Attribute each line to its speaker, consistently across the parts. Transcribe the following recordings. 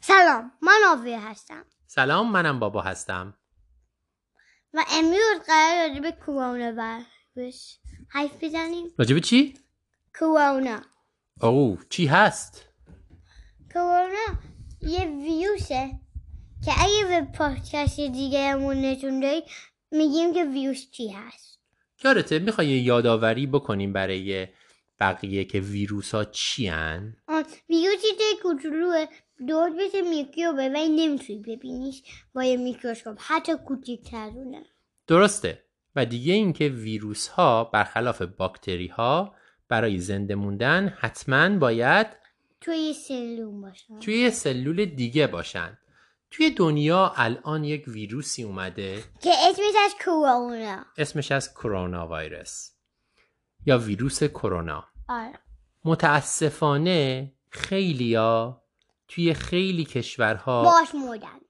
Speaker 1: سلام من آویه هستم
Speaker 2: سلام منم بابا هستم
Speaker 1: و امروز قرار راجع به کرونا ویروس حرف بزنیم
Speaker 2: راجب چی؟
Speaker 1: کرونا
Speaker 2: او چی هست؟
Speaker 1: کرونا یه ویروسه که اگه به پادکست دیگهمون نشون دارید میگیم که ویروس چی هست
Speaker 2: یارته میخوای یه یادآوری بکنیم برای بقیه که ویروس ها چی هن؟
Speaker 1: آن ویروسی که کوچولوه دور مثل میکروبه ولی نمیتونی ببینیش با یه میکروسکوپ حتی کوچیکتر اونه
Speaker 2: درسته و دیگه اینکه ویروس ها برخلاف باکتری ها برای زنده موندن حتما باید
Speaker 1: توی یه سلول باشن
Speaker 2: توی یه سلول دیگه باشن توی دنیا الان یک ویروسی اومده
Speaker 1: که اسمش از کرونا
Speaker 2: اسمش از کرونا ویروس یا ویروس کرونا
Speaker 1: آره
Speaker 2: متاسفانه خیلیا توی خیلی کشورها
Speaker 1: باش مردن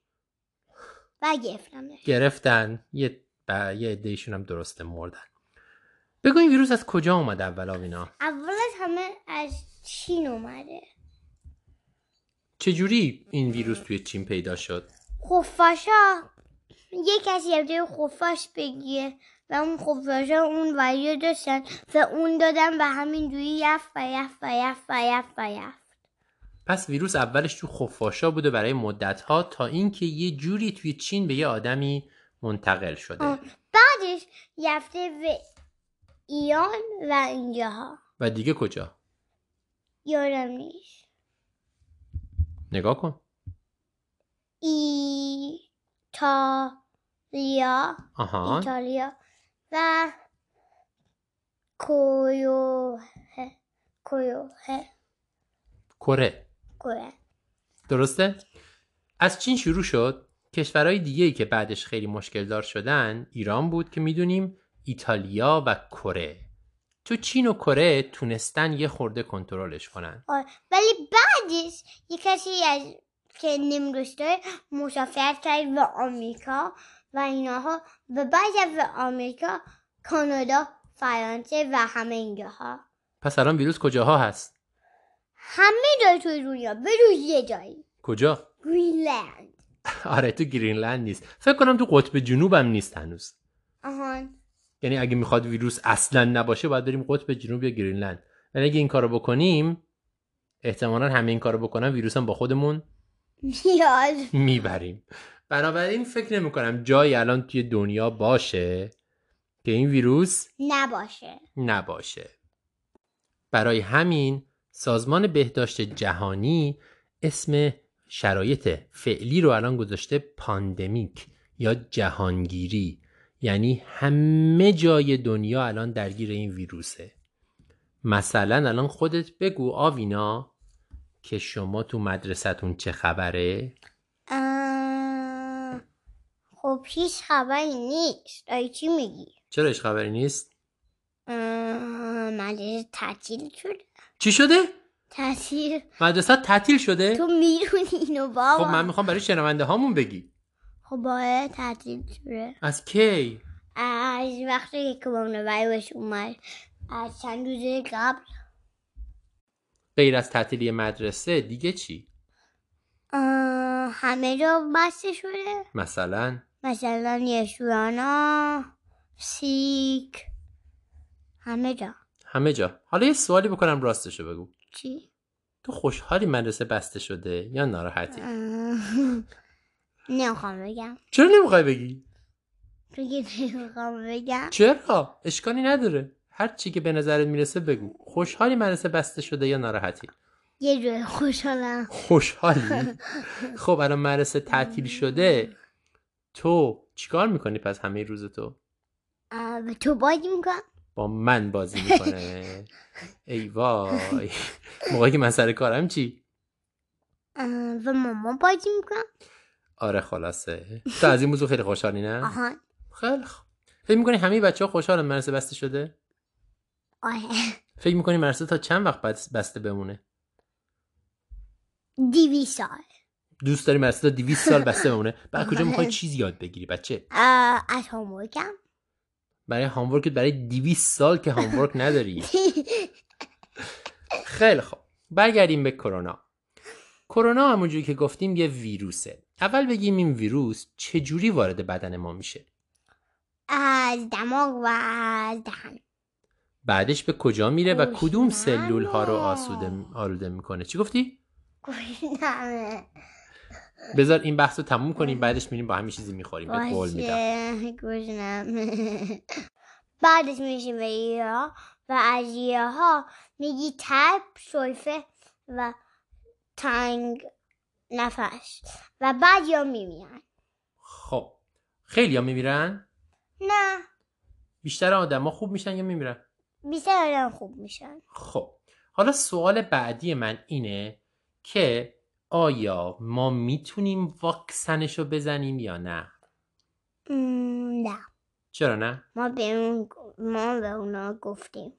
Speaker 1: و گرفتمش
Speaker 2: گرفتن یه ب- یه عده‌ایشون هم درسته مردن بگو این ویروس از کجا اومد اول آوینا
Speaker 1: اول از همه از چین اومده
Speaker 2: چجوری این ویروس توی چین پیدا شد
Speaker 1: خفاشا یه کسی ابتدای خفاش بگیره و اون خفاشا اون ویو داشتن و اون دادن و همینجوری یفت و یفت و یفت و یفت و یفت
Speaker 2: پس ویروس اولش تو خفاشا بوده برای مدتها تا اینکه یه جوری توی چین به یه آدمی منتقل شده
Speaker 1: آه. بعدش یفته به ایران و اینجاها
Speaker 2: و دیگه کجا
Speaker 1: یادم نیست
Speaker 2: نگاه کن
Speaker 1: ایتالیا
Speaker 2: آها
Speaker 1: ایتالیا و کویوه کویوه
Speaker 2: کره
Speaker 1: کره
Speaker 2: درسته از چین شروع شد کشورهای دیگه که بعدش خیلی مشکل دار شدن ایران بود که میدونیم ایتالیا و کره تو چین و کره تونستن یه خورده کنترلش کنن
Speaker 1: آره. ولی بعدش یه کسی از که نمیدوسته مسافرت کرد به آمریکا و اینها و بعد از به آمریکا کانادا فرانسه و همه اینجاها
Speaker 2: پس الان ویروس کجاها هست
Speaker 1: همه جای توی دنیا بجز یه جایی
Speaker 2: کجا
Speaker 1: گرینلند
Speaker 2: آره تو گرینلند نیست فکر کنم تو قطب جنوبم نیست هنوز
Speaker 1: آهان
Speaker 2: یعنی اگه میخواد ویروس اصلا نباشه باید بریم قطب جنوب یا گرینلند ولی اگه این کارو بکنیم احتمالا همه این کارو بکنن ویروس هم با خودمون
Speaker 1: میاد
Speaker 2: میبریم بنابراین فکر نمی کنم جایی الان توی دنیا باشه که این ویروس
Speaker 1: نباشه
Speaker 2: نباشه برای همین سازمان بهداشت جهانی اسم شرایط فعلی رو الان گذاشته پاندمیک یا جهانگیری یعنی همه جای دنیا الان درگیر این ویروسه مثلا الان خودت بگو آوینا که شما تو مدرسهتون چه خبره؟
Speaker 1: آه، خب هیچ خبری نیست داری چی میگی؟
Speaker 2: چرا هیچ خبری نیست؟
Speaker 1: آه، مدرسه تعطیل شد
Speaker 2: چی شده؟
Speaker 1: تعطیل
Speaker 2: مدرسه تعطیل شده؟
Speaker 1: تو میدونی اینو بابا
Speaker 2: خب من میخوام برای شنونده هامون بگی
Speaker 1: خب باید تعطیل شده
Speaker 2: از کی؟
Speaker 1: از وقتی که کرونا ویروس اومد از چند روز قبل
Speaker 2: غیر از تعطیلی مدرسه دیگه چی؟
Speaker 1: آه، همه جا بسته شده
Speaker 2: مثلا
Speaker 1: مثلا یشورانا سیک همه جا
Speaker 2: همه جا حالا یه سوالی بکنم راستشو بگو
Speaker 1: چی؟
Speaker 2: تو خوشحالی مدرسه بسته شده یا ناراحتی؟
Speaker 1: آه، نمیخوام بگم
Speaker 2: چرا نمیخوای بگی؟
Speaker 1: بگی نمیخوام بگم
Speaker 2: چرا؟ اشکالی نداره هر چی که به نظرت میرسه بگو خوشحالی مدرسه بسته شده یا ناراحتی؟
Speaker 1: یه جور خوشحالم
Speaker 2: خوشحالی؟ خب الان مدرسه تعطیل شده تو چیکار میکنی پس همه روز تو؟
Speaker 1: آه، به تو بازی میکنم
Speaker 2: با من بازی میکنه ای وای موقعی که من سر کارم چی
Speaker 1: و مامان بازی میکنم
Speaker 2: آره خلاصه تو از این موضوع خیلی خوشحالی نه
Speaker 1: آهان
Speaker 2: خیلی خوب فکر میکنی همه بچه ها خوشحالن مدرسه بسته شده
Speaker 1: آه
Speaker 2: فکر میکنی مدرسه تا چند وقت بس- بسته بمونه
Speaker 1: دیوی سال
Speaker 2: دوست داری مدرسه تا 200 سال بسته بمونه بعد کجا میخوای چیز یاد بگیری بچه
Speaker 1: آه، از هامورکم
Speaker 2: برای هامورکت برای 200 سال که هامورک نداری خیلی خوب برگردیم به کرونا کرونا همونجوری که گفتیم یه ویروسه اول بگیم این ویروس چجوری وارد بدن ما میشه
Speaker 1: از دماغ و از دهن
Speaker 2: بعدش به کجا میره و کدوم
Speaker 1: گوشنمه.
Speaker 2: سلول ها رو آسوده آلوده میکنه چی گفتی
Speaker 1: گوشنمه
Speaker 2: بذار این بحث رو تموم کنیم بعدش میریم با همین چیزی میخوریم به قول میدم
Speaker 1: باشه گوشنمه بعدش میشیم به ایران و از ها میگی تب شرفه و تنگ نفس و بعد یا میمیرن
Speaker 2: خب خیلی ها میمیرن
Speaker 1: نه
Speaker 2: بیشتر آدما خوب میشن یا میمیرن
Speaker 1: بیشتر آدم خوب میشن
Speaker 2: خب حالا سوال بعدی من اینه که آیا ما میتونیم واکسنش رو بزنیم یا نه
Speaker 1: م، نه
Speaker 2: چرا نه
Speaker 1: ما به اون ما به اونا گفتیم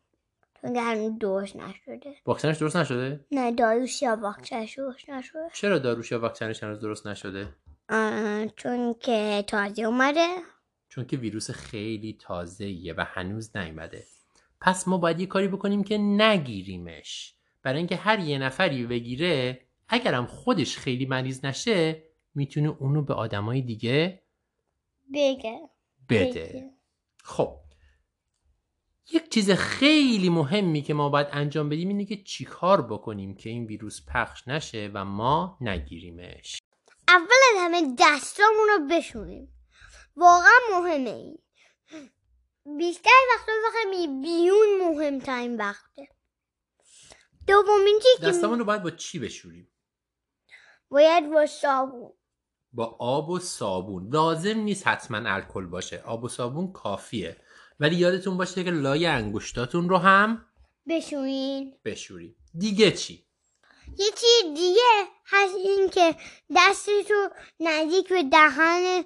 Speaker 1: چون که هنوز درست نشده
Speaker 2: واکسنش درست نشده
Speaker 1: نه داروش یا واکسنش درست نشده
Speaker 2: چرا داروش یا واکسنش هنوز درست نشده
Speaker 1: آه، چون که تازه اومده
Speaker 2: چون که ویروس خیلی تازه‌ایه و هنوز نیومده پس ما باید یه کاری بکنیم که نگیریمش برای اینکه هر یه نفری بگیره اگرم خودش خیلی مریض نشه میتونه اونو به آدمای دیگه
Speaker 1: بگه
Speaker 2: بده خب یک چیز خیلی مهمی که ما باید انجام بدیم اینه که چیکار بکنیم که این ویروس پخش نشه و ما نگیریمش
Speaker 1: اول از همه دستامون رو بشوریم واقعا مهمه این بیشتر وقتا وقت می بیون مهمترین وقته دومین چیز که
Speaker 2: دستامون رو باید با چی بشوریم
Speaker 1: باید با صابون
Speaker 2: با آب و صابون لازم نیست حتما الکل باشه آب و صابون کافیه ولی یادتون باشه که لای انگشتاتون رو هم
Speaker 1: بشورین
Speaker 2: بشورید دیگه چی
Speaker 1: یه چیز دیگه هست این که دستت رو نزدیک به دهن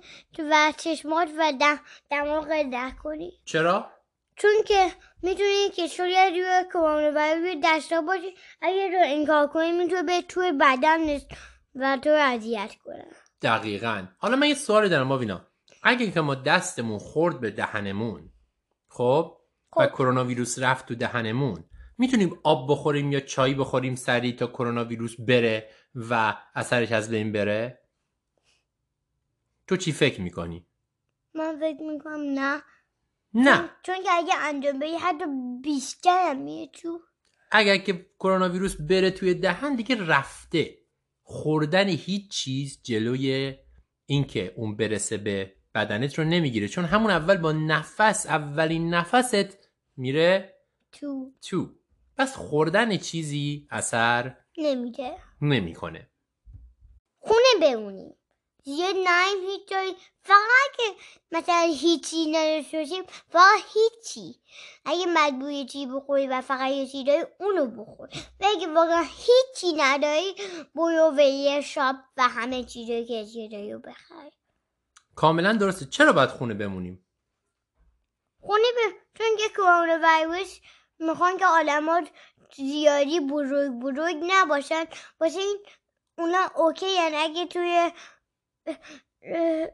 Speaker 1: و چشمات و ده دماغ ده کنی
Speaker 2: چرا
Speaker 1: چون که میتونی که شاید روی کرونا ویروس دستا باشی اگه رو انکار کنی میتونه به توی بدن و تو رو اذیت کنه
Speaker 2: دقیقا حالا من یه سوالی دارم ماوینا اگه که ما دستمون خورد به دهنمون خب و
Speaker 1: خب.
Speaker 2: کرونا ویروس رفت تو دهنمون میتونیم آب بخوریم یا چای بخوریم سریع تا کرونا ویروس بره و اثرش از بین بره تو چی فکر میکنی
Speaker 1: من فکر میکنم نه
Speaker 2: نه
Speaker 1: چون که اگه انجام بدی حتی بیشتر هم میره تو
Speaker 2: اگر که کرونا ویروس بره توی دهن دیگه رفته خوردن هیچ چیز جلوی اینکه اون برسه به بدنت رو نمیگیره چون همون اول با نفس اولین نفست میره
Speaker 1: تو
Speaker 2: تو پس خوردن چیزی اثر
Speaker 1: نمیده
Speaker 2: نمیکنه
Speaker 1: خونه بمونیم زیاد نایم هیچ جایی فقط که مثلا هیچی نداشته باشیم فقط هیچی اگه مجبوری چی بخوری و فقط یه چی داری اونو بخور و اگه واقعا هیچی نداری برو به یه شاپ و همه چیزایی که چی داری رو بخری
Speaker 2: کاملا درسته چرا باید خونه بمونیم
Speaker 1: خونه به چون که کرونا ویروس میخوان که آدما زیادی بزرگ بزرگ نباشن واسه این اونا اوکی اگه توی اه،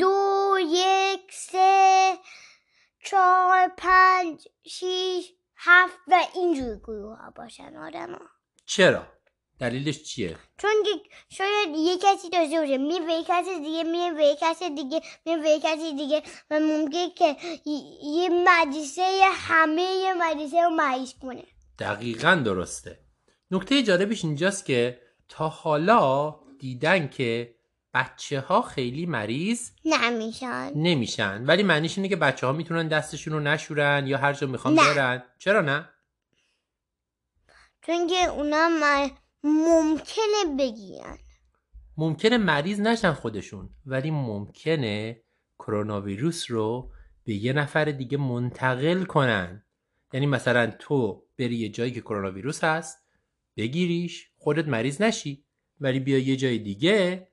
Speaker 1: دو یک سه چهار پنج شیش هفت و اینجور گروه ها باشن آدما
Speaker 2: چرا دلیلش چیه
Speaker 1: چون که شاید یه کسی داشته باشه می به یه کسی دیگه می به یه کسی دیگه می به یه کسی دیگه و ممکن که ی- یه مدرسه همه یه مدرسه رو مریض کنه
Speaker 2: دقیقا درسته نکته جالبش اینجاست که تا حالا دیدن که بچه ها خیلی مریض
Speaker 1: نمیشن
Speaker 2: نمیشن ولی معنیش اینه که بچه ها میتونن دستشون رو نشورن یا هر جا میخوان
Speaker 1: نه.
Speaker 2: برن چرا نه؟
Speaker 1: چون که اونا م- ممکنه بگیرن
Speaker 2: ممکنه مریض نشن خودشون ولی ممکنه کرونا ویروس رو به یه نفر دیگه منتقل کنن یعنی مثلا تو بری یه جایی که کرونا ویروس هست بگیریش خودت مریض نشی ولی بیا یه جای دیگه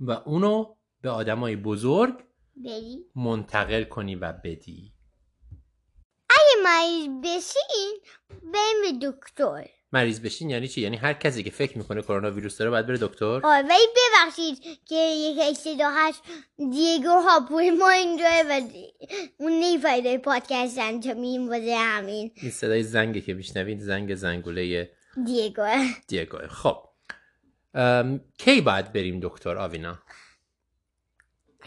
Speaker 2: و اونو به آدمای بزرگ
Speaker 1: بری
Speaker 2: منتقل کنی و بدی
Speaker 1: اگه مریض بشین بریم به دکتر
Speaker 2: مریض بشین یعنی چی یعنی هر کسی که فکر میکنه کرونا ویروس داره باید بره دکتر
Speaker 1: آه ولی ببخشید که یک اشتدا هست دیگو هاپوی ما اینجا و اون نیفایده پادکست انجامیم واسه همین
Speaker 2: این صدای زنگه که میشنوید زنگ زنگوله
Speaker 1: دیگو
Speaker 2: دیگو خب ام، کی باید بریم دکتر آوینا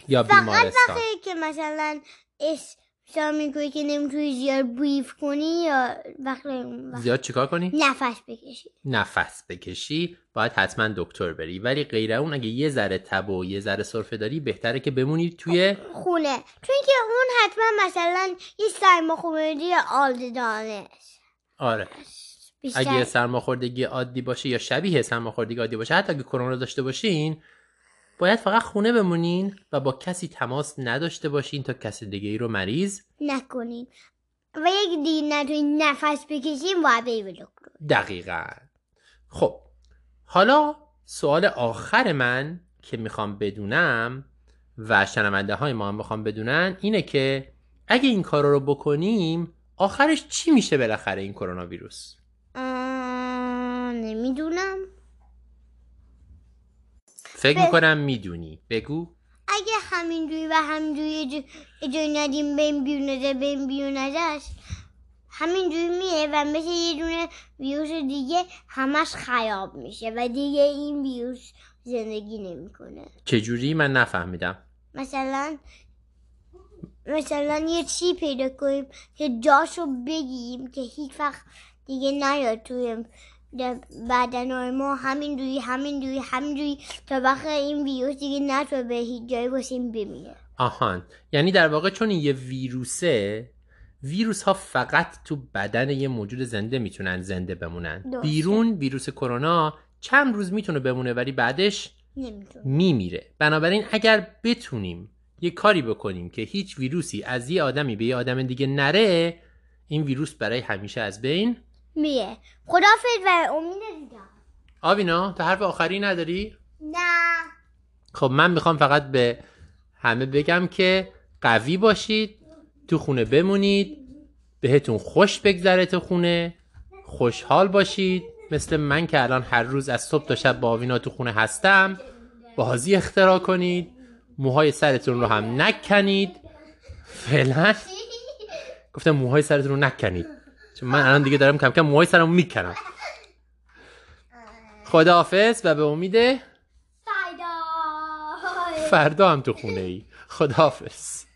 Speaker 2: یا
Speaker 1: فقط
Speaker 2: بیمارستان
Speaker 1: وقتی که مثلا اشتباه میکنی که نمیتونی زیاد بریف کنی یا وقتی اون وقت
Speaker 2: زیاد چیکار کنی؟
Speaker 1: نفس بکشی
Speaker 2: نفس بکشی باید حتما دکتر بری ولی غیر اون اگه یه ذره تب و یه ذره سرفه داری بهتره که بمونی توی
Speaker 1: خونه چون که اون حتما مثلا یه سرما خوردی آلدانه
Speaker 2: آره اگه یه
Speaker 1: بیشتر
Speaker 2: سرماخوردگی عادی باشه یا شبیه سرماخوردگی عادی باشه حتی اگه کرونا داشته باشین باید فقط خونه بمونین و با کسی تماس نداشته باشین تا کسی دیگه ای رو مریض
Speaker 1: نکنیم و یک دیگه نتونی نفس بکشیم باید بری به دکتر
Speaker 2: دقیقا خب حالا سوال آخر من که میخوام بدونم و شنونده های ما هم میخوام بدونن اینه که اگه این کارا رو بکنیم آخرش چی میشه بالاخره این کرونا ویروس
Speaker 1: آه، نمیدونم
Speaker 2: فکر
Speaker 1: به-
Speaker 2: میکنم میدونی بگو
Speaker 1: اگه همینجوری و همینجوری اجای ندیم بریم بیرون ازش بریم بیرون ازش همینجوری میره و مثل یه دونه ویروس دیگه همش خراب میشه و دیگه این ویروس زندگی نمیکنه
Speaker 2: چجوری من نفهمیدم
Speaker 1: مثلا مثلا یه چی پیدا کنیم که جاشو بگیریم که هیچ وقت دیگه نیاد توی بدن ما همین دوی همین دوی همین دوی تا وقت این ویروس دیگه نتونه به هیچ جایی باشیم بمیره
Speaker 2: آهان یعنی در واقع چون این یه ویروسه ویروس ها فقط تو بدن یه موجود زنده میتونن زنده بمونن
Speaker 1: درسته.
Speaker 2: بیرون ویروس کرونا چند روز میتونه بمونه ولی بعدش
Speaker 1: نمیتونه
Speaker 2: میمیره بنابراین اگر بتونیم یه کاری بکنیم که هیچ ویروسی از یه آدمی به یه آدم دیگه نره این ویروس برای همیشه از بین
Speaker 1: میره خدافز و امید دیدم
Speaker 2: آوینا تا حرف آخری نداری؟
Speaker 1: نه
Speaker 2: خب من میخوام فقط به همه بگم که قوی باشید تو خونه بمونید بهتون خوش بگذره تو خونه خوشحال باشید مثل من که الان هر روز از صبح تا شب با آوینا تو خونه هستم بازی اختراع کنید موهای سرتون رو هم نکنید فعلا گفتم موهای سرتون رو نکنید چون من الان دیگه دارم کم کم موهای سرمو میکنم خداحافظ و به امید
Speaker 1: فایدا
Speaker 2: فردا هم تو خونه ای خداحافظ